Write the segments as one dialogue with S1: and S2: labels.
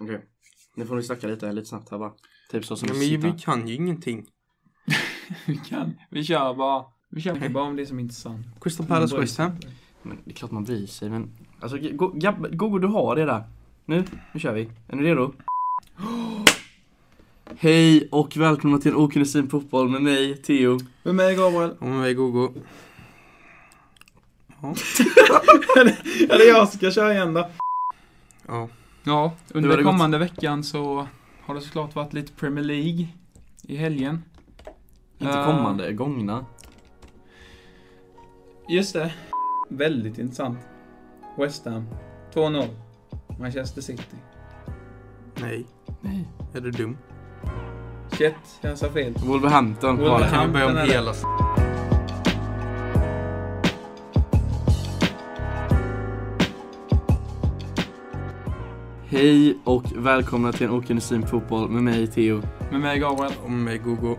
S1: Okej. Nu får ni snacka lite, lite snabbt här bara. Typ så som
S2: Men
S1: att
S2: vi,
S1: sitta.
S2: vi kan ju ingenting.
S3: Vi kan, vi kör bara. Vi kör bara om det som är intressant.
S2: Crystal Palace West Ham.
S1: Men det är klart man bryr sig men... Mm, Alltså G- Go- Gab- Gogo du har det där. Nu, nu kör vi. Är ni redo? Hej och välkomna till Okunnig syn på fotboll med mig, Theo.
S3: Med mig Gabriel.
S2: Om vi Gogo.
S3: Eller jag ska köra igen då.
S2: Ja.
S3: Ja,
S1: har
S3: under
S1: det gått.
S3: kommande veckan så har det såklart varit lite Premier League i helgen.
S1: Inte
S3: Eh,
S1: kommande, gångna.
S3: Just det. Väldigt intressant. West Ham. 2-0. Manchester City.
S2: Nej.
S1: Nej.
S2: Är du dum?
S3: Shit, jag sa fel.
S1: Wolverhampton.
S3: Wolver-
S1: Wolver-
S2: Kan vi börja om
S3: Hampton,
S2: hela s-
S1: Hej och välkomna till en Okunnig syn på fotboll med mig, Theo.
S3: Med mig Gabriel.
S2: Om vi Gogo.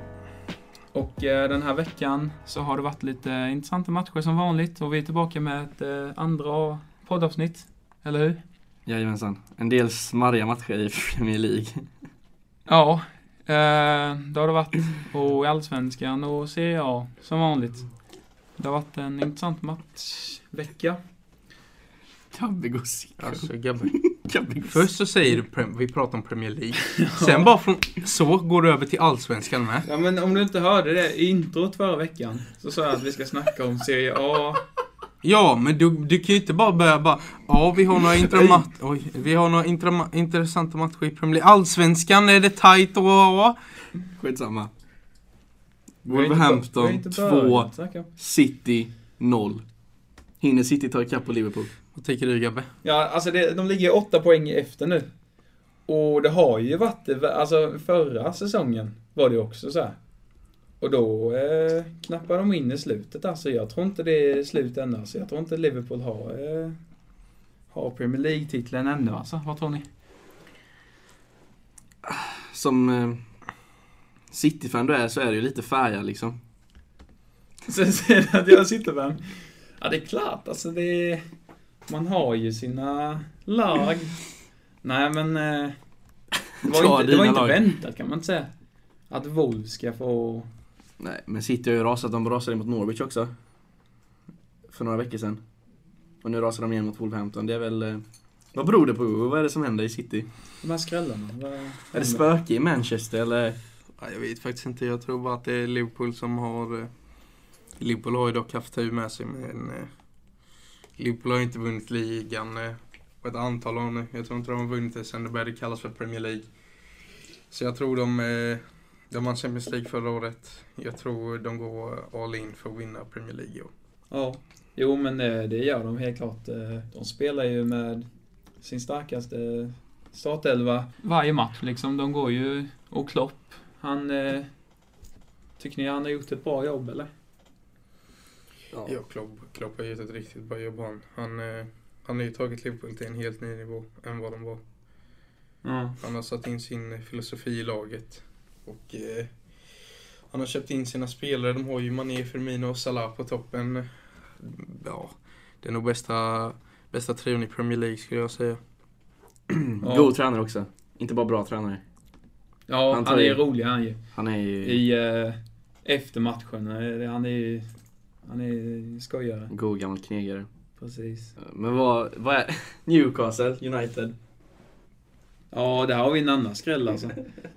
S3: Och eh, den här veckan så har det varit lite intressanta matcher som vanligt och vi är tillbaka med ett eh, andra poddavsnitt. Eller hur?
S1: Jajamensan. En del smarriga matcher i Premier League.
S3: Ja, eh, det har det varit. Och i Allsvenskan och CA som vanligt. Det har varit en intressant matchvecka.
S1: Gabbe går sick.
S2: Alltså Gabbe.
S1: Gabbe går
S2: Först så säger du prem- vi pratar om Premier League. Sen bara från så går du över till Allsvenskan med.
S3: Ja men om du inte hörde det i introt förra veckan så sa jag att vi ska snacka om Serie A.
S2: Ja, men du, du kan ju inte bara börja bara Ja, vi har några, intramat, oj, vi har några intrama, intressanta matcher i Premier League. Allsvenskan är det tajt och ja.
S1: Skitsamma.
S3: Vi har inte bör- vi har
S1: Wolverhampton
S3: inte
S1: 2,
S3: börjat snacka.
S1: City 0. Hinner City ta ikapp på Liverpool?
S2: Vad tycker du Gabbe?
S3: Ja, alltså det, de ligger ju åtta poäng efter nu. Och det har ju varit, alltså förra säsongen var det ju också så här. Och då eh, knappar de in i slutet alltså. Jag tror inte det är slut ännu alltså. Jag tror inte Liverpool har, eh, har Premier League-titeln ännu alltså. Vad tror ni?
S1: Som eh, City-fan du är så är du ju lite färgad liksom.
S3: Sen säger du att jag sitter med en- Ja, det är klart alltså det är, Man har ju sina lag. Nej men... Eh, det var
S1: Ta
S3: inte, det var
S1: dina
S3: inte
S1: lag.
S3: väntat kan man inte säga. Att Wolves ska få
S1: Nej, men City har ju rasat. De rasade mot Norwich också. För några veckor sedan. Och nu rasar de igen mot Wolverhampton. Det är väl... Eh, vad beror det på? Vad är det som händer i City?
S3: De här skrällarna, vad
S1: Är det
S3: händer?
S1: spöke i Manchester eller?
S2: Ja, jag vet faktiskt inte. Jag tror bara att det är Liverpool som har... eh, Liverpool har ju dock haft tur med sig, men... eh, Liverpool har ju inte vunnit ligan eh, på ett antal år nu. Jag tror inte de har vunnit det sen det började kallas för Premier League. Så jag tror de... eh, De vann Champions League förra året. Jag tror de går all in för att vinna Premier League i år.
S3: Ja. Jo, men eh, det gör de helt klart. Eh, De spelar ju med sin starkaste startelva. Varje match liksom. De går ju... Och Klopp, han... eh, Tycker ni han har gjort ett bra jobb, eller?
S2: Ja, Klopp, Klopp har gjort ett riktigt bra jobb han. Han, eh, han har ju tagit Liverpool till en helt ny nivå än vad de var.
S3: Ja.
S2: Han har satt in sin filosofi i laget. Och eh, han har köpt in sina spelare. De har ju Mané, Firmino och Salah på toppen. Ja, det är nog bästa, bästa trion i Premier League skulle jag säga.
S3: Ja.
S1: Mm. God tränare också. Inte bara bra tränare.
S3: Ja,
S1: Han
S3: han,
S1: tar
S3: är
S1: i.
S3: rolig han ju.
S1: Han är ju
S3: I... Eh, efter matchen. eh, Han är ju... Han är skojare.
S1: en god gammal knegare.
S3: Precis.
S1: Men vad, vad är Newcastle United?
S3: Ja, där har vi en annan skräll alltså.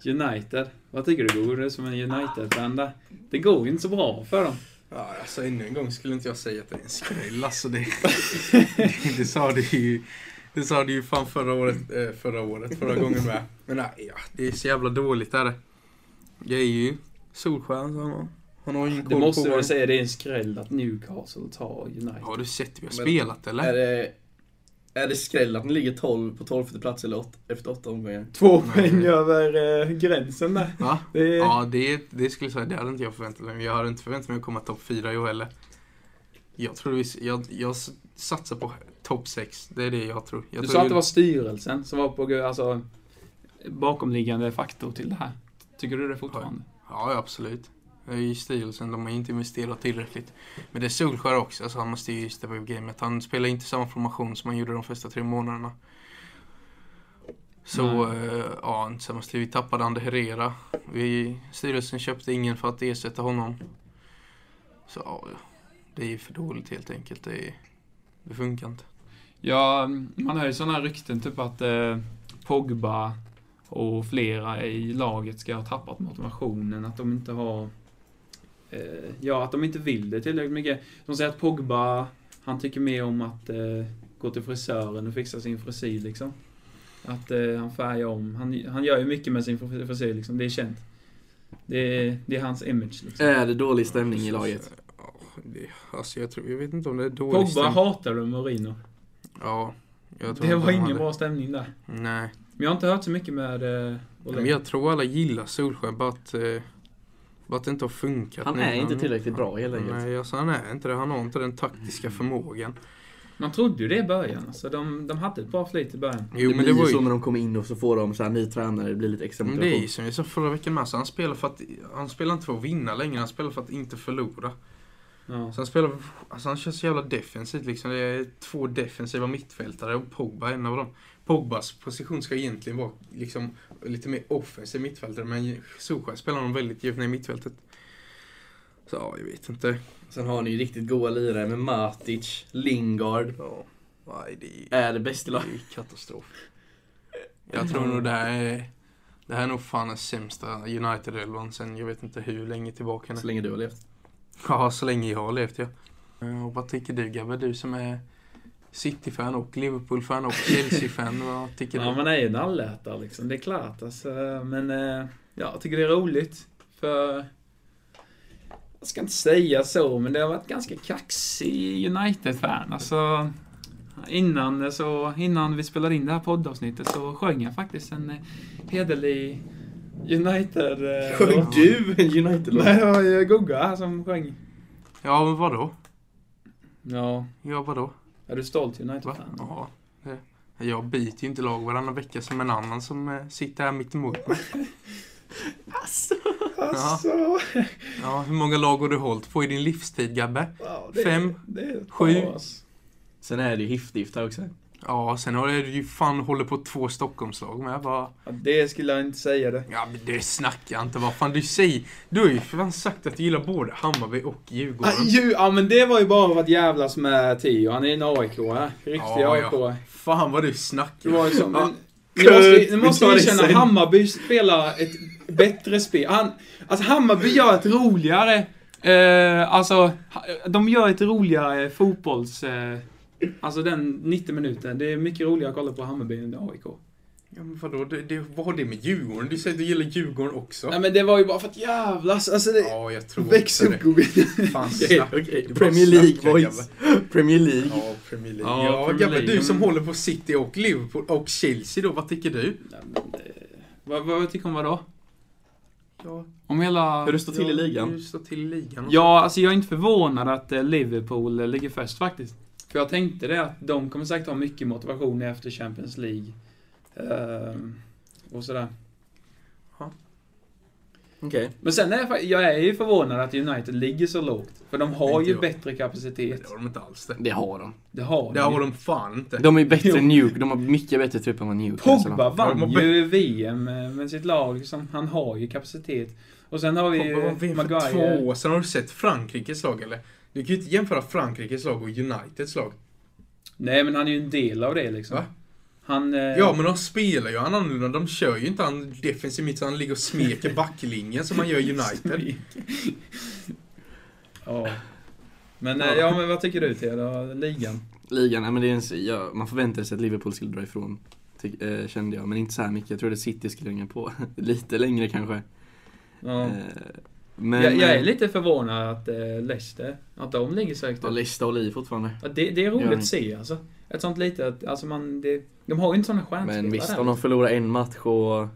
S3: United. Vad tycker du Gogo? Du är som en United-fan där. Det går ju inte så bra för dem.
S2: Ja, alltså ännu en gång skulle inte jag säga att det är en skräll. Alltså det, det sa du ju. Det sa du ju fan förra året, eh, förra året, förra gången med. Men nej, ja, det är så jävla dåligt är det. Det är ju Solskjaer som har- han har ju ingen
S3: Det
S2: koll
S3: måste
S2: på
S3: man
S2: vad
S3: säga, det är en skräll att Newcastle tar United.
S2: Har du sett hur jag
S1: Men-
S2: spelat eller?
S1: Är det, är det skräll att ni ligger 12 på 12 plats eller åt, efter 8 omgångar?
S3: Två
S2: poäng
S3: över eh, gränsen där.
S2: Va?
S3: Det är...
S2: Ja, det, det skulle jag säga. Det hade inte jag förväntat mig. Jag hade inte förväntat mig att komma topp fyra i år heller. Jag tror vi, jag, jag s- satsar på topp sex. Det är det jag tror. Jag
S3: Du
S2: tror
S3: sa att det var styrelsen som var på alltså, bakomliggande faktor till det här. Tycker du det fortfarande?
S2: Ja, ja, absolut. Det är ju styrelsen, de har ju inte investerat tillräckligt. Men det är Solskjaer också, så han måste ju steppa upp gamet. Han spelar inte samma formation som han gjorde de första tre månaderna. Så eh, ja, sen måste vi tappade Ander Herrera. Vi, styrelsen köpte ingen för att ersätta honom. Så ja, det är för dåligt helt enkelt. Det, det funkar inte.
S3: Ja, man hör ju sådana rykten typ att eh, Pogba och flera i laget ska ha tappat motivationen, att de inte har... Eh, ja, att de inte vill det tillräckligt mycket. De säger att Pogba, han tycker mer om att eh, gå till frisören och fixa sin frisyr liksom. Att eh, han färgar om. Han, han gör ju mycket med sin fris- frisyr liksom, det är känt. Det är, det är hans image liksom.
S2: Eh,
S1: Är det dålig stämning i laget?
S2: Ja, det, alltså jag, tror, jag vet inte om det är dåligt.
S3: Pogba hatade Mourinho.
S2: Ja. Jag tror
S3: Det
S2: inte
S3: var
S2: de
S3: ingen
S2: hade-
S3: bra stämning där.
S2: Nej.
S3: Men jag har inte hört så mycket med... Eh, Ole.
S2: Men jag tror alla gillar Solskjaer bara att, eh, bara att det inte har funkat.
S1: Han
S2: nu. Mm.
S1: är inte tillräckligt bra helt enkelt.
S2: Nej, alltså han är inte det. Han har inte den taktiska förmågan.
S3: Man trodde ju det i början. Alltså, de, de hade ett bra flyt i början.
S2: Jo,
S1: det
S2: men
S1: blir
S2: det var
S1: ju så
S2: ju...
S1: när de kommer in och så får de så här ny tränare, det blir lite extra
S2: Men det är
S1: motivation.
S2: ju som jag sa förra veckan med, så han spelar för att han spelar inte för att vinna längre, han spelar för att inte förlora.
S3: Ja.
S2: Så han spelar, alltså han kör så jävla defensivt liksom. Det är två defensiva mittfältare och Pogba är en av dem. Pogbas position ska egentligen vara liksom lite mer offensiv mittfältare, men Solskjaer spelar honom väldigt djupt ner i mittfältet. Så ja, jag vet inte.
S1: Sen har ni ju riktigt goa lirare med Matic, Lingard.
S2: Ja, nej, det är
S1: Är det bäst i
S2: Det
S1: laget?
S2: är ju katastrof. Jag tror nog det här är... Det här är nog fan den sämsta United-elvan sen jag vet inte hur länge tillbaka
S1: Så
S2: nu.
S1: länge du har levt.
S2: Ja, så länge jag har levt ja. Eh, Och vad tycker du Gabbe? Du som är City-fan och Liverpool-fan och Chelsea-fan. Vad tycker
S3: ja,
S2: du?
S3: man är ju en allätare liksom. Det är klart. Alltså, men eh, ja, jag tycker det är roligt. För... Jag ska inte säga så, men det har varit ganska kaxig United-fan. Alltså, innan, eh, så, innan vi spelade in det här poddavsnittet så sjöng jag faktiskt en eh, hederlig United... eh,
S1: Sjöng
S3: låt.
S1: du en United-låt?
S3: Nej, det var ju Gugga här som sjöng.
S2: Ja, men vadå?
S3: Ja,
S2: Ja, vadå?
S3: är du stolt
S2: Va?
S3: United-fan?
S2: Ja. det- Jag byter ju inte lag varannan vecka som en annan som eh, sitter här mitt emot mig. Ja.
S3: Alltså,
S2: ja, hur många lag har du hållit på i din livstid Gabbe?
S3: Wow,
S2: Fem?
S3: det är ett
S2: Sju?
S3: par, alltså.
S1: Sen är det ju Hifdift här också.
S2: Ja, sen har du ju fan håller på två Stockholmslag med. Vad?
S3: Ja, det skulle jag inte säga det.
S2: Ja, men det snackar jag inte. Vad fan du säger? Du har ju för fan sagt att du gillar både Hammarby och Djurgården.
S3: Ah, ju, ja men det var ju bara för att jävlas med Tio. Han är en AIK, ja. Riktig
S2: Ja,
S3: AIK.
S2: ja. Fan vad du
S3: Det
S2: snackar.
S3: var ju som,
S2: Ja,
S3: men, nu måste,
S1: Kurt,
S3: nu
S1: vi
S3: måste
S1: tar
S3: vi
S1: det
S3: erkänna
S1: sen.
S3: Hammarby spelar ett bättre spel. Han, alltså Hammarby gör ett roligare... Eh, alltså, ha- de gör ett roligare fotbolls... Eh, alltså den 90 minuten. Det är mycket roligare att kolla på Hammarby än AIK.
S2: ja, men vadå? Det, det, vad har det med Djurgården? Du säger att du gillar Djurgården också.
S3: Nej men det var ju bara för att jävlas. Alltså det...
S2: Ja, jag tror
S3: Väx
S2: inte
S3: upp gubben.
S2: det. Fan
S1: Okej,
S2: snack.
S1: okej.
S2: Du
S1: Premier
S2: bara
S1: League
S2: snackar,
S1: boys. Premier League.
S2: Ja, Premier League.
S3: Ja,
S2: Ja,
S3: Premier
S2: Gabbe,
S3: League.
S2: du som håller på City och Liverpool och Chelsea då, vad tycker du?
S3: Vad, vad tycker hon vadå?
S2: Ja,
S3: Om hela...
S1: Hur det står till i ligan.
S2: Hur står till i ligan?
S3: Ja, alltså jag är inte förvånad att eh, Liverpool eh, ligger först faktiskt. För jag tänkte det att de kommer säkert ha mycket motivation efter Champions League. Ehm, och sådär.
S1: Okej.
S3: Men sen är jag, fa- jag är ju förvånad att United ligger så lågt. För de har
S2: Inte
S3: ju
S2: jag.
S3: bättre kapacitet.
S2: Det har de inte alls det.
S1: Det har de.
S3: Det har
S2: Det
S3: de
S2: har
S3: ju.
S2: de fan inte.
S1: De är bättre än Nuke. De har mycket bättre trupp än vad Nuke har, så de-
S3: Pogba
S2: Ja, de
S3: vann
S2: har
S3: ju VM med med sitt lag. Som, han har ju kapacitet. Och sen har vi
S2: Pogba var
S3: ju
S2: VM för två
S3: Maguire.
S2: år sedan. Har du sett Frankrikes lag eller? Du kan ju inte jämföra Frankrikes lag och Uniteds lag.
S3: Nej, men han är ju en del av det liksom.
S2: Va?
S3: Han... eh,
S2: Ja, men de spelar ju han annorlunda. De kör ju inte han defensiv mitt så han ligger och smeker backlinjen som man gör i United.
S3: Ja. Men, eh, ja, men vad tycker du Thea, då? Ligan?
S1: Ligan, nej, men det är en, s- ja, man förväntade sig att Liverpool skulle dra ifrån. Ty, eh, kände jag, men inte så här mycket. Jag trodde City skulle hänga på. Lite längre kanske.
S3: Ja.
S1: Eh, men,
S3: jag, jag är lite förvånad att eh, Leicester, att de ligger så högt
S1: Ja,
S3: upp.
S1: Leicester och Lee fortfarande.
S3: Ja, det, det är
S1: Gör
S3: roligt
S1: de.
S3: att se alltså. Ett sånt litet, alltså man, det, de har ju inte såna stjärnspelare.
S1: Men visst,
S3: där.
S1: om de förlorar en match och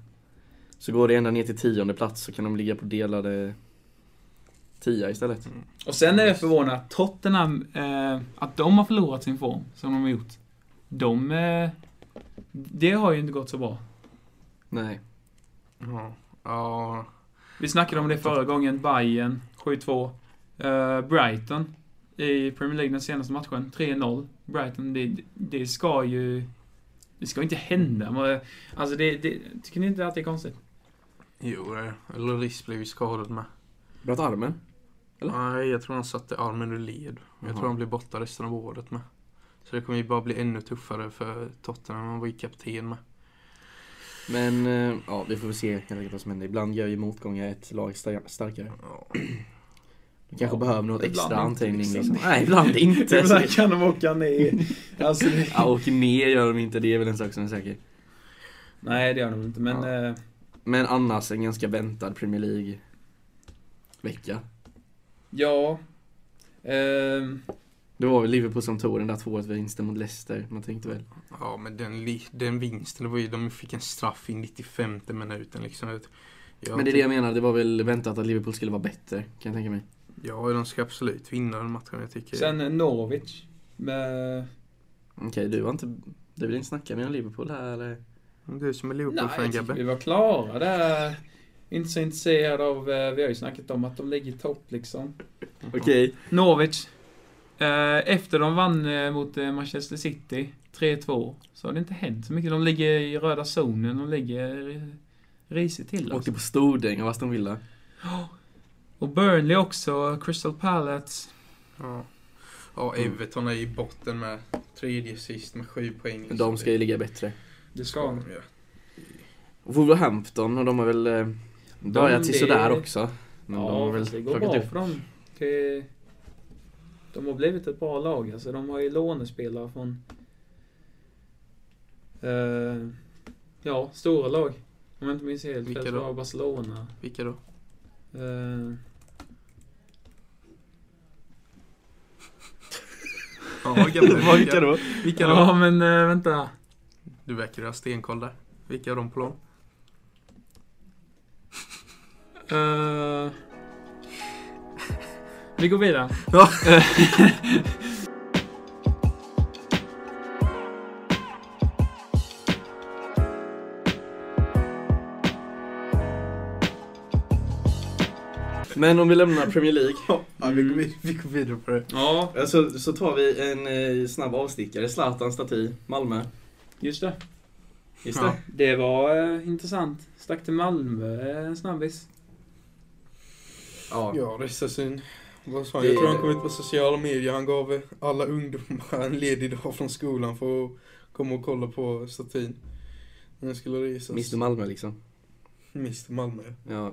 S1: så går det ända ner till tionde plats så kan de ligga på delade tia istället.
S3: Och sen är jag förvånad att Tottenham, eh, att de har förlorat sin form, som de har gjort. De, eh, det har ju inte gått så bra.
S1: Nej.
S2: Ja. Ja.
S3: Vi snackade om det förra gången, Bayern 7-2. Eh, Brighton i Premier League den senaste matchen, 3-0. Brighton, det, det ska ju...
S4: Det ska inte hända. Men, Alltså, det, det, tycker ni inte att det är konstigt?
S2: Jo, eh, Lloris blev ju skadad med.
S1: Bröt armen? Eller?
S2: Nej, jag tror han satte armen ur led. Jag
S1: Jaha.
S2: tror han blev borta resten av året med. Så det kommer ju bara bli ännu tuffare för Tottenham. Han var ju kapten med.
S1: Men eh, ja, vi får väl se helt enkelt vad som händer. Ibland gör ju motgångar ett lag star- starkare.
S2: Ja.
S1: De kanske
S4: Ja,
S1: behöver något
S4: ibland
S1: extra
S4: inte,
S1: anträngning.
S4: liksom.
S1: Liksom. Nej, ibland inte. Så-
S3: Ibland kan de åka ner. Alltså, det...
S1: ja, och ner gör de inte, det är väl en sak som är säker.
S3: Nej, det gör de inte. Men eh,
S1: Men annars en ganska väntad Premier League-vecka.
S3: ja. Ehm,
S1: Det var väl Liverpool som tog den där 2-1 vinsten mot Leicester. Man tänkte väl.
S2: Ja, men den, li- den vinsten, det var ju, de fick en straff i 95 minuten liksom. Jag- jag
S1: Men det är det
S2: tyck-
S1: jag menar, det var väl väntat att Liverpool skulle vara bättre, kan jag tänka mig.
S2: Ja, de ska absolut vinna den matchen, jag tycker.
S3: sen eh, Norwich. Eh, Med...
S1: Okej, du var inte... Du vill inte snacka med Liverpool här eller?
S2: Du som är
S3: Nej,
S2: Liverpool-fan,
S3: jag tycker
S2: Gabbe.
S3: vi var klara där. Inte så intresserad av... eh, Vi har ju snackat om att de ligger i topp liksom.
S1: Okej.
S4: Norwich. Eh, Efter de vann eh, mot eh, Manchester City, 3-2, så har det inte hänt så mycket. De ligger i röda zonen, de ligger eh, risigt till. Alltså.
S1: Åkte på stordäng av Aston Villa.
S4: Och Burnley också, Crystal Palace.
S2: Ja. ja, Everton är i botten med tredje sist med sju poäng.
S1: Men de ska ju ligga bättre.
S3: Det
S2: ska de göra.
S1: Wolverhampton, och de har väl eh, börjat
S3: det-
S1: till sådär också. Men de har
S3: Ja,
S1: väl
S3: fast det går
S1: plockat
S3: bra
S1: upp.
S3: för dem. Det, de har blivit ett bra lag. Alltså, de har ju lånespelare från eh, ja, stora lag. Om jag inte minns helt
S2: Vilka
S3: fel så
S2: då?
S3: var Barcelona.
S2: Vilka då?
S3: Eh,
S2: Ja, Gabbe. vilka,
S1: då?
S2: vilka då?
S4: Ja, men eh, vänta.
S2: Du verkar ha stenkoll där. Vilka har de på lån?
S4: Eh, vi går vidare.
S2: Ja.
S1: Men om vi lämnar Premier League.
S2: Ja, vi går vid- vi går vidare på det.
S3: ja,
S1: Så, Alltså, så tar vi en eh, snabb avstickare. Zlatan staty, Malmö.
S3: just det.
S1: Just
S2: Ja.
S1: det.
S3: Det var eh, intressant. Stack till Malmö eh, en snabbis.
S1: Ja.
S2: Ja, resta sin. Vad sa han?
S1: Det-
S2: Jag tror han kom ut på sociala medier. Han gav eh, alla ungdomar en ledig dag från skolan för att komma och kolla på statyn. När den skulle resas.
S1: Mr Malmö liksom.
S2: Mr Malmö. ja.
S1: Ja.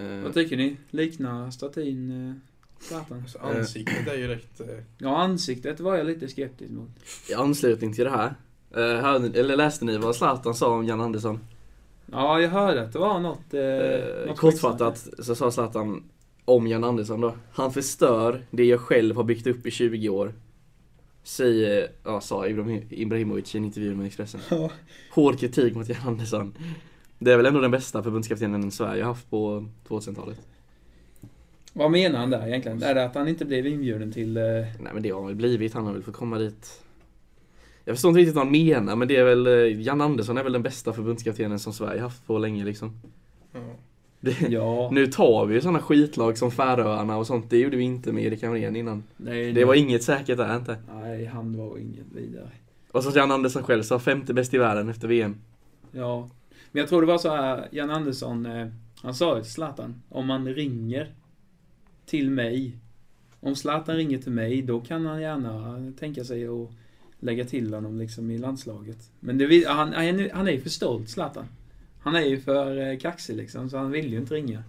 S1: Eh,
S3: Vad tycker ni? Liknar statyn eh, Zlatan?
S2: Alltså, ansiktet är ju rätt... eh,
S3: Ja, ansiktet var jag lite skeptisk mot.
S1: I anslutning till det här. eh, hörde, eller läste ni vad Zlatan sa om Jan Andersson?
S3: Ja, jag hörde att det var något... Eh,
S1: Eh,
S3: något
S1: kortfattat så sa Zlatan om Jan Andersson då. Han förstör det jag själv har byggt upp i 20 år. Säger, ja, sa Ibrahim- Ibrahimovic i en intervju med Expressen.
S3: Ja.
S1: Hård kritik mot Jan Andersson. Det är väl ändå den bästa förbundskaptenen Sverige har haft på 2000-talet.
S3: Vad menar han där egentligen? Är det att han inte blev inbjuden till... Eh,
S1: Nej men det har han väl blivit, han har väl fått komma dit. Jag förstår inte riktigt vad han menar men det är väl, eh, Jan Andersson är väl den bästa förbundskaptenen som Sverige haft på länge liksom.
S2: Ja.
S1: Det,
S3: ja.
S1: Nu tar vi ju sådana skitlag som Färöarna och sånt, det gjorde vi inte med Erik Hamrén innan.
S3: Nej,
S1: Det var inget säkert där inte.
S3: Nej, han var inget vidare.
S1: Och som Jan Andersson själv sa, femte bäst i världen efter VM.
S3: Ja. Men jag tror det var så här, Jan Andersson, eh, han sa ju till Zlatan, om man ringer till mig, om Zlatan ringer till mig, då kan han gärna tänka sig att lägga till honom liksom i landslaget. Men det, vill- han, han, är- han är ju för stolt, Zlatan. Han är ju för eh, kaxig liksom, så han vill ju inte ringa.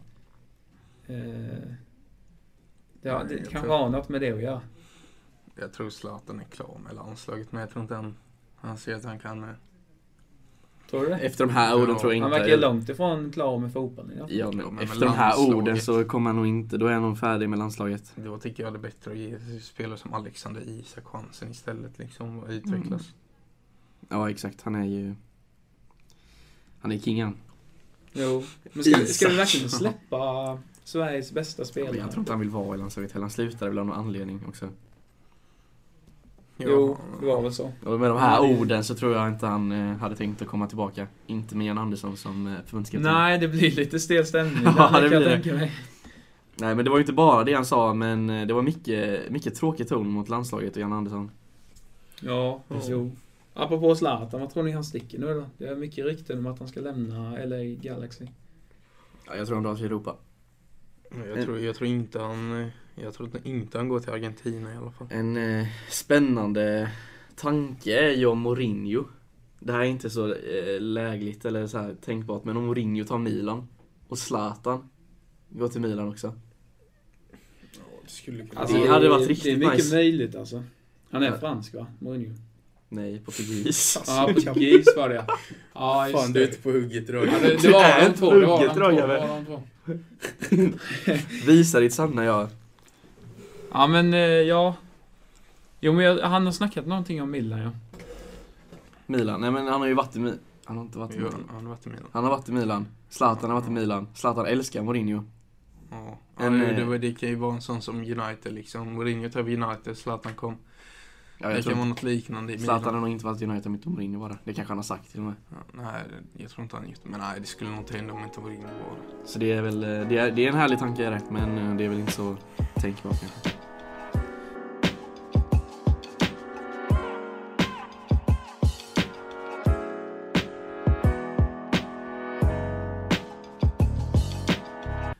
S3: Eh, det har,
S2: Nej,
S3: det
S2: jag
S3: kanske
S2: tror-
S3: har något med det att göra.
S2: Jag tror Zlatan är klar med landslaget, men jag tror inte han... Han ser att han kan... eh,
S3: Tror du det?
S1: Efter de här orden
S2: Ja,
S1: tror jag
S3: Han
S1: inte...
S3: verkar långt ifrån klar med fotbollen. Ja.
S1: Ja,
S2: Ja,
S1: men
S2: men
S1: efter
S2: med
S1: de här
S2: landslaget.
S1: orden så kommer han nog inte, då är han nog färdig med landslaget.
S2: Då tycker jag det är bättre att ge spelare som Alexander Isak chansen istället liksom och utvecklas.
S1: Ja, exakt. Han är ju... Han är kingen.
S3: Jo. Men ska, vi- ska vi
S1: Isak.
S3: verkligen släppa Sveriges bästa
S1: Men
S3: spelare?
S1: jag tror inte han vill vara i landslaget heller. Han slutade väl av någon anledning också.
S2: Mm.
S3: Jo, det var väl så.
S1: Och med de här
S3: Nej.
S1: orden så tror jag inte han eh, hade tänkt att komma tillbaka. Inte med Jan Andersson som eh, förbundskapten.
S4: Nej, det blir lite stel stämning.
S1: Ja,
S4: där, kan
S1: det
S4: jag
S1: blir det.
S4: tänka mig.
S1: Nej, men det var ju inte bara det han sa, men eh, det var mycket, mycket tråkig ton mot landslaget och Jan Andersson.
S3: Ja,
S2: Ja.
S3: jo.
S5: Apropå Zlatan, vad tror ni han sticker nu då? Det är mycket rykten om att han ska lämna LA Galaxy.
S1: Ja, jag tror han drar till Europa.
S2: Jag tror, jag tror inte han... eh, Jag tror inte han går till Argentina i alla fall.
S1: En eh, spännande tanke är ju om Mourinho. Det här är inte så eh, lägligt eller så här tänkbart, men om Mourinho tar Milan och Zlatan går till Milan också. Alltså,
S3: Alltså,
S1: Det hade varit
S5: Det är
S1: riktigt
S5: mycket
S1: nice.
S5: möjligt alltså. Han är
S1: Ja.
S5: fransk va? Mourinho?
S1: Nej, portugis.
S3: Ja, portugis var det ja. just
S2: Fan, du är ute på hugget idag.
S3: Ja, det, det var de två. Det var de
S1: Hugget,
S3: två,
S1: Roger,
S3: det var
S1: väl?
S3: de två.
S1: Visa ditt sanna jag.
S3: Ja, men eh, ja. Jo, men jag, han har snackat någonting om Milan, ja.
S1: Milan. Nej men han har ju varit i Milan. Han har inte varit i
S2: Jo,
S1: Milan.
S2: Han har varit i Milan.
S1: Han har varit i Milan. Zlatan har varit i Milan. Zlatan älskar Mourinho.
S2: Ja.
S1: En,
S2: ja, det,
S1: eh,
S2: var- det kan ju vara en sån som United liksom. Mourinho tog över United, Zlatan kom.
S1: Ja,
S2: det
S1: jag
S2: kan vara
S1: tror
S2: något liknande i
S1: Zlatan
S2: Milan.
S1: har nog inte varit i United om inte Mourinho var där. Det kanske han har sagt till och med.
S2: Ja, nej, jag tror inte han gjort det. Men nej, det skulle nog inte hända om inte Mourinho var där.
S1: Så det är väl, eh, det är, det är en härlig tanke är rätt men eh, det är väl inte så tänkbart kanske.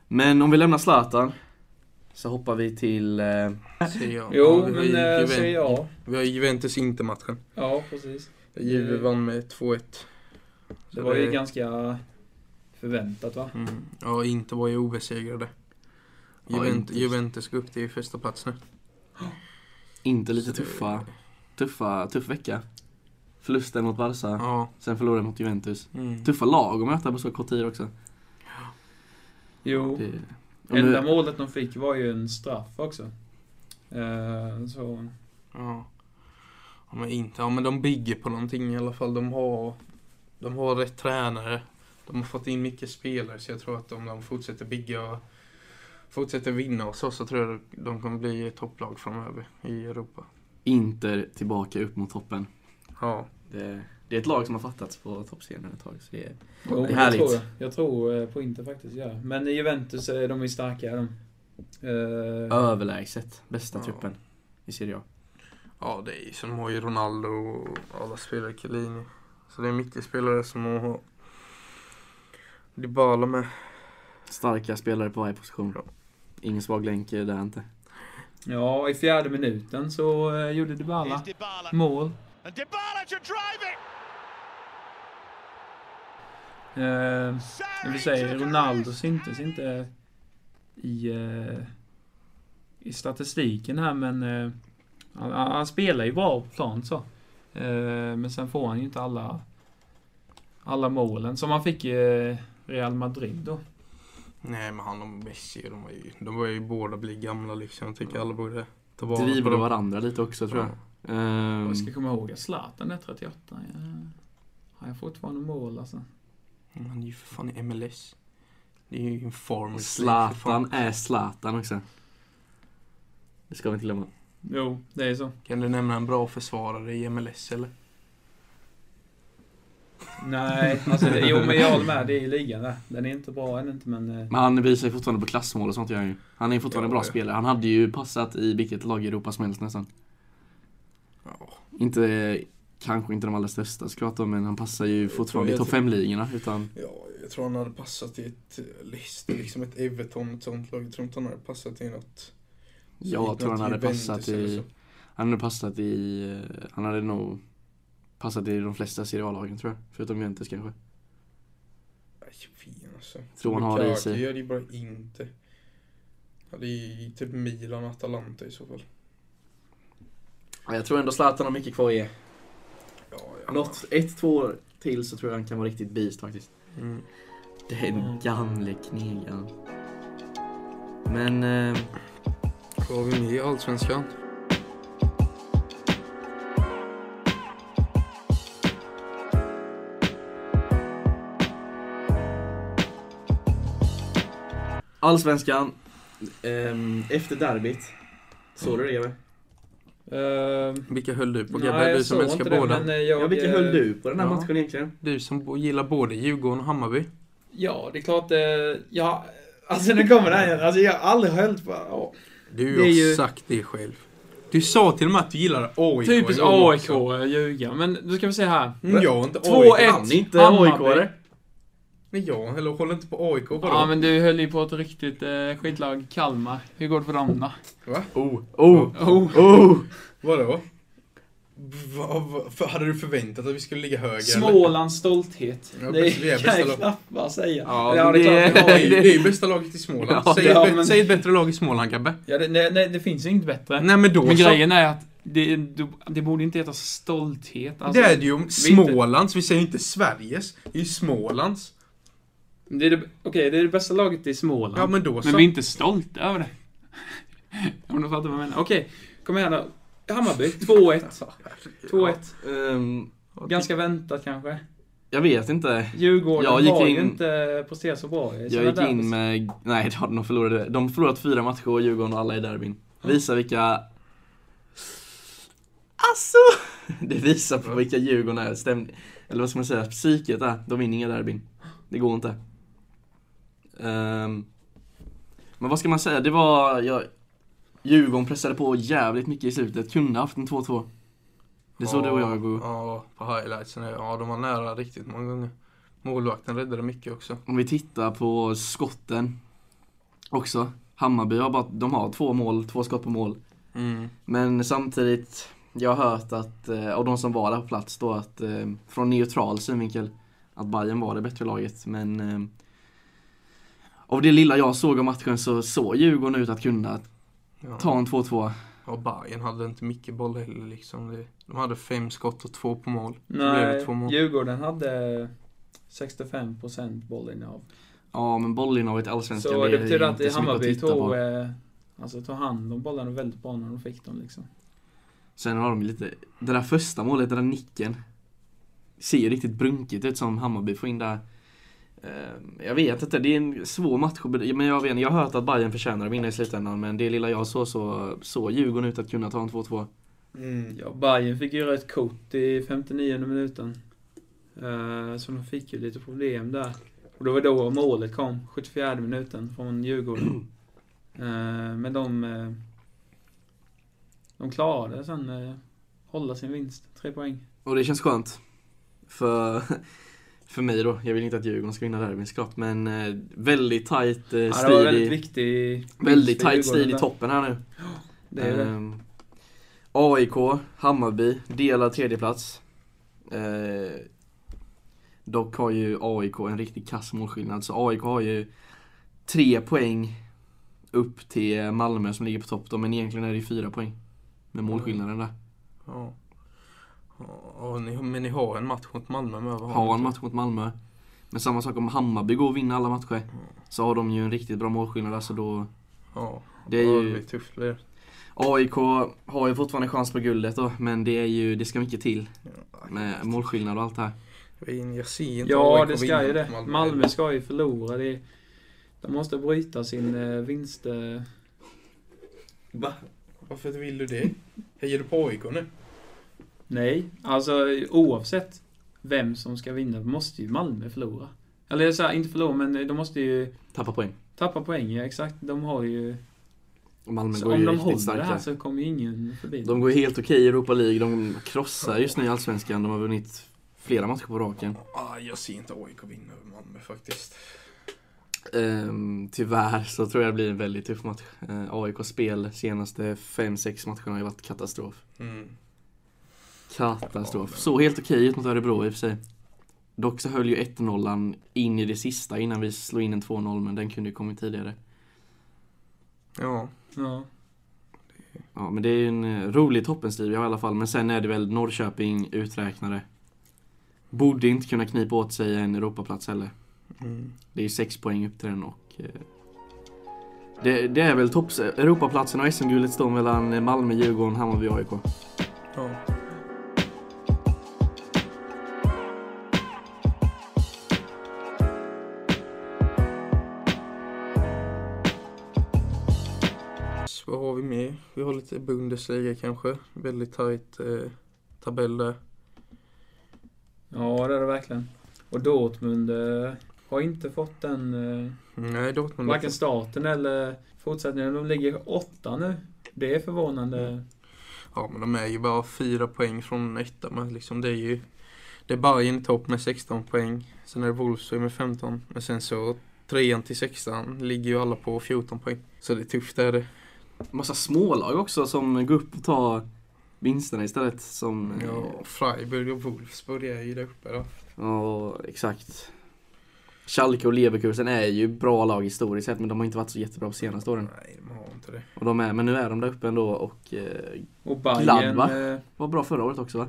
S1: Men om vi lämnar Zlatan så hoppar vi till eh,
S2: Ser jag.
S5: Jo,
S2: Ja, vi har
S5: men
S2: ju
S5: eh,
S2: Juven-
S5: säger jag.
S2: Vi har Juventus-Inter-matchen.
S5: Ja, precis.
S2: Juve vann med 2-1.
S5: Mm. Det var ju ganska förväntat va?
S2: Mm. Ja, Inter var ju obesegrade.
S1: Ja,
S2: Juvent-
S1: Inter.
S2: Juventus går upp till första plats nu.
S1: inte lite
S2: Så det-
S1: tuffa, tuffa, tuff vecka. Förlusten mot Barca,
S2: Ja.
S1: sen förlorade mot Juventus.
S2: Mm.
S1: Tuffa lag att möta på så kort tid också.
S5: Jo.
S1: Det, om du-
S5: Enda målet de fick var ju en straff också. Eh, så...
S2: Ja. ja men inte. Ja men de bygger på någonting i alla fall. De har, de har rätt tränare. De har fått in mycket spelare så jag tror att om de fortsätter bygga och fortsätter vinna och så, så tror jag de kommer bli ett topplag framöver i Europa.
S1: Inter tillbaka upp mot toppen.
S2: Ja.
S1: Det, det är ett lag som har fattats på toppscenen ett tag. Så det är,
S5: Jo,
S1: Det är
S5: jag
S1: härligt.
S5: tror, jag tror eh, på Inter faktiskt, ja. Men Juventus, eh, de är starka de. Eh,
S1: överlägset bästa
S2: Ja.
S1: truppen i Serie A.
S2: Ja, det är ju som har ju Ronaldo och alla spelare Chiellini. Så det är mycket spelare som har Dybala med.
S1: Starka spelare på varje position.
S2: Ja.
S1: Ingen svag länk eh, där inte.
S5: Ja, i fjärde minuten så eh, gjorde
S6: Here's
S5: Dybala
S6: Dybala.
S3: Mål.
S6: And Dybala to drive it.
S3: Eh, det vill
S6: Sarri
S3: säga,
S6: took a
S3: Ronaldo
S6: risk.
S3: syntes inte i, eh, i statistiken här, men eh, han, han han spelar ju bra på plan så. Eh, men sen får han ju inte alla, alla målen som han fick i eh, Real Madrid då.
S2: Nej, men han och Messi, de var ju, de var ju båda bli gamla liksom. Jag tycker alla borde ta vara
S1: Driver
S2: på dem.
S1: varandra lite också tror jag. Ehm,
S3: Jag ska komma ihåg att Zlatan är 38. Ja, har jag fortfarande mål alltså?
S2: Men Mm, han är ju för fan i MLS. Det är ju en form.
S1: Zlatan är Zlatan också. Det ska vi inte glömma.
S3: Jo, det är så.
S2: Kan du nämna en bra försvarare i MLS eller?
S5: Nej, alltså, det, jo men jag håller med. Det är ligan där. Den är inte bra än inte, men... eh,
S1: Men han bryr sig fortfarande på klassmål och sånt gör han ju. Han är fortfarande en
S2: Ja,
S1: bra
S2: ja.
S1: spelare. Han hade ju passat i vilket lag i Europa som helst nästan.
S2: Ja.
S1: Inte, kanske inte de allra största såklart då, men han passar ju fortfarande i
S2: jag
S1: topp
S2: tror-
S1: 5-ligorna. Utan
S2: ja, jag tror han hade passat i ett Leicester, liksom ett Everton, ett sånt lag. Jag tror inte han hade passat i något.
S1: jag tror han hade passat i... Han hade passat i... eh, Han hade nog passat i de flesta Serie A-lagen tror jag. Förutom Juventus kanske.
S2: Fin, alltså.
S1: Tror han har det i sig.
S2: gör det ju bara inte. Ja, det är ju typ Milan och Atalanta i så fall.
S1: Jag tror ändå Zlatan har mycket kvar i.
S2: Ja,
S1: Något, ett, två år till så tror jag han kan vara riktigt beast faktiskt.
S2: Mm.
S1: Den gamle knegaren. Men... Eh,
S2: Vad har vi med i Allsvenskan?
S1: Allsvenskan. ehm, efter derbyt. Såg du det Gabbe?
S5: eh,
S2: Vilka höll du på?
S5: nej,
S2: Gabbe, du
S5: jag
S2: som
S5: såg
S2: älskar
S5: inte det,
S2: båda.
S5: men, eh, jag,
S1: Ja, vilken
S5: eh,
S1: höll du på den här
S2: ja.
S1: matchen egentligen?
S2: Du som bo- gillar både Djurgården och Hammarby.
S5: Ja, det är klart. eh, Ja, alltså nu kommer den igen. Alltså jag har aldrig höllt på... ja.
S2: Du
S5: Det är
S2: har
S5: ju-
S2: sagt det själv. Du sa till och med att du gillade AIK.
S3: Typiskt
S2: i år
S3: AIK
S2: också.
S3: ljuga. Men då ska vi se här.
S2: Mm, jag är inte AIK.
S3: 2-1.
S1: Han är inte
S3: Hammarby.
S1: AIK-are.
S2: Men jag heller håller inte på AIK bara.
S3: Ja, men du höll ju på ett riktigt eh, skitlag. Kalmar. Hur går det för dem då?
S1: Oh, oh, oh!
S2: Vadå? Va, va, för, hade du förväntat att vi skulle ligga högre? eller?
S5: Smålands stolthet.
S2: Ja,
S5: det
S2: precis, vi är
S5: kan jag
S2: bästa
S5: knappast säga.
S1: Ja,
S5: Men
S1: men
S5: klart
S1: det-
S5: vi
S2: Det
S5: har
S2: är ju-
S5: ju-
S2: det är ju bästa laget i Småland.
S1: Ja,
S2: säg,
S5: ja,
S2: ett, bä-
S5: men-
S2: säg ett bättre lag i Småland, Gabbe.
S5: Ja, det, nej, nej, det finns ju inget bättre.
S2: Nej, men då
S3: Men
S2: så.
S3: grejen är att det, du- det borde inte heta stolthet. Alltså,
S2: det är det ju Smålands. Vi säger ju inte Sveriges. Det är ju Smålands.
S3: det är det, okej, det är det bästa laget i Småland.
S2: Ja, men då så.
S3: Men vi är inte stolta över det. Om du fattar vad jag menar. Okej, kom igen då. Hammarby, 2-1. 2-1.
S1: Ehm,
S3: Ganska väntat kanske.
S1: jag vet inte.
S3: Djurgården
S1: Jag gick
S3: har ju
S1: in-
S3: inte presterat så bra i
S1: Jag
S3: sina
S1: gick in
S3: derbys.
S1: med... Nej, de förlorade. De förlorat fyra matcher och Djurgården och alla i derbyn. Visa vilka... Alltså! Det visar på vilka Djurgården är. Stäm... Eller vad ska man säga? Psyket är. De vinner inga derbyn. Det går inte. Ehm, Men vad ska man säga? Det var... Jag... Djurgården pressade på jävligt mycket i slutet. Kunde haft en 2-2. Det såg du och jag gå.
S2: Ja, på highlightsen. Ja, de var nära riktigt många gånger. Målvakten räddade mycket också.
S1: Om vi tittar på skotten också. Hammarby har bara, de har två mål, två skott på mål. Mm. Men samtidigt, jag har hört att, eh, av de som var där på plats då, att eh, från neutral synvinkel, att Bayern var det bättre laget. Men eh, av det lilla jag såg av matchen så såg Djurgården ut att kunna
S2: Ja.
S1: ta en 2-2.
S2: Ja, Bayern hade inte mycket boll heller liksom. Det- De hade fem skott och två på mål. Det blev
S5: Nej,
S2: två mål.
S5: Djurgården hade 65% bollinnehav.
S1: Ja, men bollinnehavet i Allsvenskan,
S5: Så det betyder att
S1: inte så mycket
S5: Hammarby
S1: titta på.
S5: tog, eh, alltså, tog hand om bollarna väldigt bra när de fick dem liksom.
S1: Sen har de lite, det där första målet, den där nicken Ser ju riktigt brunkigt ut som Hammarby får in där Eh, Jag vet inte, det är en svår match att bedö- men jag vet inte, jag har hört att Bayern förtjänar att vinna i slutändan men det lilla jag såg så såg Djurgården ut att kunna ta en 2-2
S5: Ja, Bayern fick ju rött kort i 59 minuten. Eh, Så de fick ju lite problem där. Och det var då målet kom, 74 minuten, från Djurgården. Eh, Men de, eh, de klarade sen eh, hålla sin vinst, tre poäng.
S1: Och det känns skönt För, för mig då, jag vill inte att Djurgården ska vinna derbyn såklart men eh, väldigt tajt eh,
S5: Ja, det var
S1: strid
S5: väldigt
S1: i,
S5: viktig
S1: väldigt
S5: vinst för
S1: tajt
S5: Djurgården
S1: strid i
S5: där.
S1: toppen här nu
S5: Det är
S2: Eh,
S5: det.
S1: Ehm, AIK, Hammarby, delad tredjeplats. Eh, dock har ju AIK en riktigt kass målskillnad, så AIK har ju tre poäng upp till Malmö som ligger på topp då, men egentligen är det ju fyra poäng. Med målskillnaden där.
S2: Ja. Ja, ni, men ni har en match mot Malmö med
S5: Mm.
S2: vad
S1: Har en
S2: ni?
S1: match mot Malmö. Men samma sak om Hammarby går och vinner alla matcher, så har de ju en riktigt bra målskillnad där, så då...
S2: Ja,
S1: Det är ju...
S2: det blir tufft för er.
S1: AIK har ju fortfarande chans på guldet då, men det är ju... Det ska mycket till med målskillnad och allt det här.
S2: Jag ser inte
S3: Ja,
S2: AIK
S3: det ska ju
S2: vinna
S3: det.
S2: mot
S3: Malmö ska ju förlora. Det, de måste bryta sin eh, vinst... Eh,
S2: Varför vill du det? Hejar du på AIK nu?
S3: nej, alltså oavsett vem som ska vinna måste ju Malmö förlora. Eller så här, inte förlora, men eh, de måste ju
S1: Tappa poäng.
S3: tappa poäng. Ja, exakt. De har ju...
S1: Och Malmö
S3: så
S1: går
S3: om
S1: ju
S3: de håller
S1: riktigt
S3: det
S1: starka.
S3: här så kommer ju ingen förbi.
S1: De går ju helt okej i Europa League. De krossar just nu i Allsvenskan. De har vunnit flera matcher på raken.
S2: Ah, jag ser inte AIK vinna över Malmö faktiskt.
S1: Ehm, tyvärr så tror jag det blir en väldigt tuff match. Uh, AIKs spel senaste 5-6 matcherna har ju varit katastrof.
S2: Mm.
S1: Katastrof. Så helt okej ut mot Örebro i och för sig. Dock så höll ju 1-0 in i det sista innan vi slog in en 2-0 men den kunde ju kommit tidigare.
S2: Ja.
S3: Ja.
S1: Ja men det är ju en eh, rolig toppenstrid vi har i alla fall. Men sen är det väl Norrköping uträknade. Borde inte kunna knipa åt sig en Europaplats heller.
S2: Mm.
S1: Det är ju sex poäng upp till den och... eh, Det, det är väl topps... eh, Europaplatsen och SM-guldet står mellan eh, Malmö, Djurgården, Hammarby och AIK.
S2: ja. Så Vad har vi mer? Vi har lite Bundesliga kanske. Väldigt tajt eh, tabell där.
S5: Ja, det är det verkligen. Och Dortmund eh, har inte fått den... eh,
S2: Nej, Dortmund.
S5: Varken starten eller fortsättningen. De ligger åtta nu. Det är förvånande.
S2: Ja, men de är ju bara fyra poäng från en etta, men liksom det är ju... Det är Bayern i topp med 16 poäng, sen är det Wolfsburg med 15, men sen så trean till sexan ligger ju alla på 14 poäng. Så det är tufft är det.
S1: Massa smålag också som går upp och tar vinsterna istället. Som, eh,
S2: Ja, Freiburg och Wolfsburg är ju där uppe då.
S1: Ja, exakt. Schalke och Leverkusen är ju bra lag historiskt sett, men de har inte varit så jättebra på senaste åren.
S2: Nej, de har inte det.
S1: Och de är, men nu är de där uppe ändå och eh,
S5: Och
S1: Gladbach.
S5: Bayern eh,
S1: var bra förra året också va?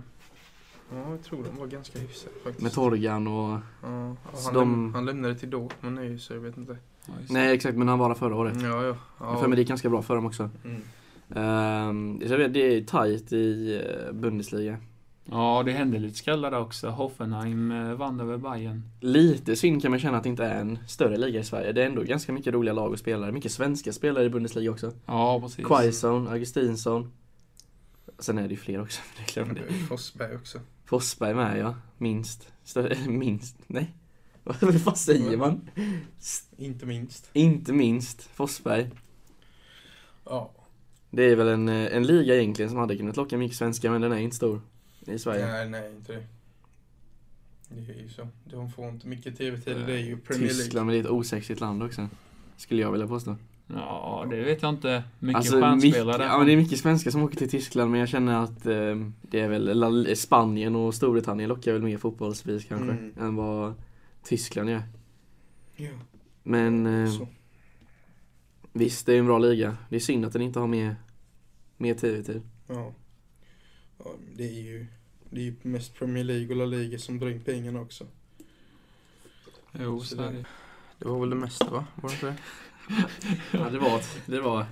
S2: Ja, jag tror de var ganska hyfsade faktiskt.
S1: Med Torgan och...
S2: Ja,
S1: Så
S2: han,
S1: de-
S2: läm- han lämnade till Dortmund nu så jag vet inte.
S3: Ja, just det.
S1: Nej exakt, men han var där förra året.
S2: Ja, ja.
S1: Jag
S2: ja.
S1: för mig det är ganska bra för dem också.
S2: Mm.
S1: Ehm, så jag vet, det är tajt i eh, Bundesliga.
S3: Ja, det hände lite skrällar där också. Hoffenheim eh, vann över Bayern.
S1: Lite synd kan man känna att det inte är en större liga i Sverige. Det är ändå ganska mycket roliga lag och spelare. Mycket svenska spelare i Bundesliga också.
S3: Ja, precis.
S1: Quaison, Augustinsson. Sen är det ju fler också. men Det är klart det.
S2: Forsberg också.
S1: Forsberg med ja, minst. Stö- minst? Nej. Vad fan säger man? S-
S2: Inte minst.
S1: inte minst Forsberg.
S2: Ja.
S1: Det är väl en, eh, en liga egentligen som hade kunnat locka mycket svenskar men den är inte stor i Sverige.
S2: Nej, nej, inte det. Det är ju så. De får inte mycket tv-tid. Det är ju Premier League.
S1: Tyskland, men det är ett osexigt land också. Skulle jag vilja påstå.
S3: Ja, det vet jag inte. Mycket
S1: mycket,
S3: stjärnspelare
S1: Alltså, ja, men det är mycket svenskar som åker till Tyskland men jag känner att eh, det är väl la- eh, Spanien och Storbritannien lockar väl mer fotbollsvis kanske
S2: Mm.
S1: än vad Tyskland gör.
S2: Ja,
S1: Men eh,
S2: så.
S1: visst, det är en bra liga. Det är synd att den inte har mer, mer tv-tid.
S2: Ja. ja det, är ju, det är ju mest Premier League och La Liga som drar in pengarna också.
S3: Jo, så är det.
S2: Det var väl det mesta, va? Var det inte det?
S1: Ja, det, var, ett- det var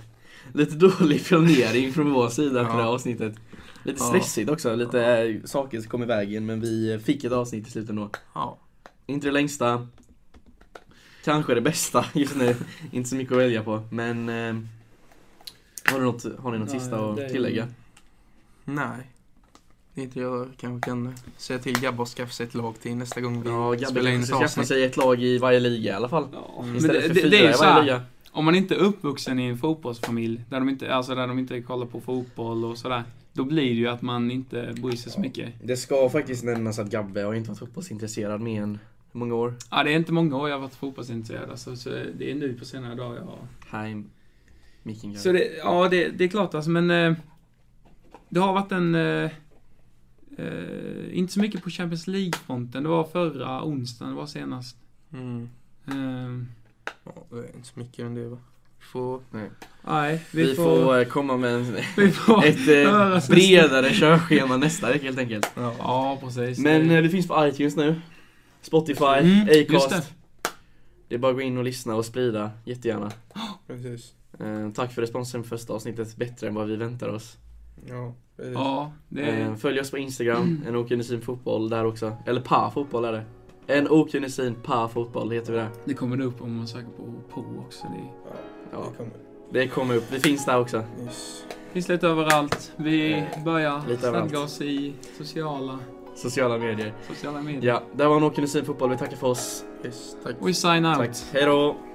S1: lite dålig planering från vår sida för
S2: Ja.
S1: det här avsnittet. Lite
S2: Ja.
S1: stressigt också, lite eh, saker som kom i vägen men vi eh, fick ett avsnitt i slutet ändå.
S2: Ja.
S1: Inte det längsta. Kanske det bästa just nu. Inte så mycket att välja på. Men eh, har, du något, har ni något
S5: Nej,
S1: sista
S5: det är-
S1: att tillägga?
S2: Nej. Det är inte jag kanske kan säga till Gabba att skaffa sig ett lag till nästa gång vi
S1: Ja,
S2: spelar in
S1: Gabbe
S2: ett
S1: ska skaffa
S2: avsnitt.
S1: sig ett lag i varje liga i alla fall.
S3: Ja, men
S1: Istället
S3: det,
S1: för
S3: det,
S1: fyra
S3: det är ju
S1: i
S3: så
S1: varje
S3: här.
S1: liga.
S3: Om man inte är uppvuxen i en fotbollsfamilj, där de inte, alltså där de inte kollar på fotboll och sådär, då blir det ju att man inte bryr sig så mycket.
S1: Det ska faktiskt nämnas att Gabbe har inte varit fotbollsintresserad mer än hur många år?
S3: Ja, det är inte många år jag har varit fotbollsintresserad, alltså, så det är nu på senare dagar jag har
S1: Heim, Micken
S3: Så det, ja, det, det är klart alltså, men eh, det har varit en... Eh, eh, inte så mycket på Champions League-fronten. Det var förra onsdagen, det var senast.
S2: Mm.
S3: Eh,
S2: Ja, det är inte så mycket om det, va? Vi får...
S3: nej, vi,
S1: vi,
S3: får...
S1: får eh, komma med en,
S3: vi får
S1: ett eh,
S3: höras
S1: bredare körschema nästa vecka helt enkelt.
S3: nästa- Ja, precis.
S1: Men eh, det finns på iTunes nu. Spotify,
S3: Mm, just
S1: Acast.
S3: det.
S1: Det. är bara att gå in och lyssna och sprida jättegärna.
S2: Precis.
S1: Eh, tack för responsen för första avsnittet, bättre än vad vi väntar oss.
S2: Ja, precis.
S3: Ja, det Mm.
S1: Eh,
S3: är...
S1: följ oss på Instagram, en okunesin fotboll där också. Eller pa fotboll är det. En okunesin pa fotboll heter vi där.
S3: Det kommer det upp om man söker på på också. Det
S1: Ja,
S2: Det kommer.
S1: det kommer upp, vi finns där också.
S2: Yes.
S3: finns lite överallt. Vi börjar
S1: Eh, Lite överallt.
S3: stadga oss i sociala,
S1: Sociala medier.
S3: sociala medier.
S1: Ja, det var en okunesin fotboll, vi tackar för oss.
S2: Yes, tack.
S3: We sign out.
S1: Tack, hejdå!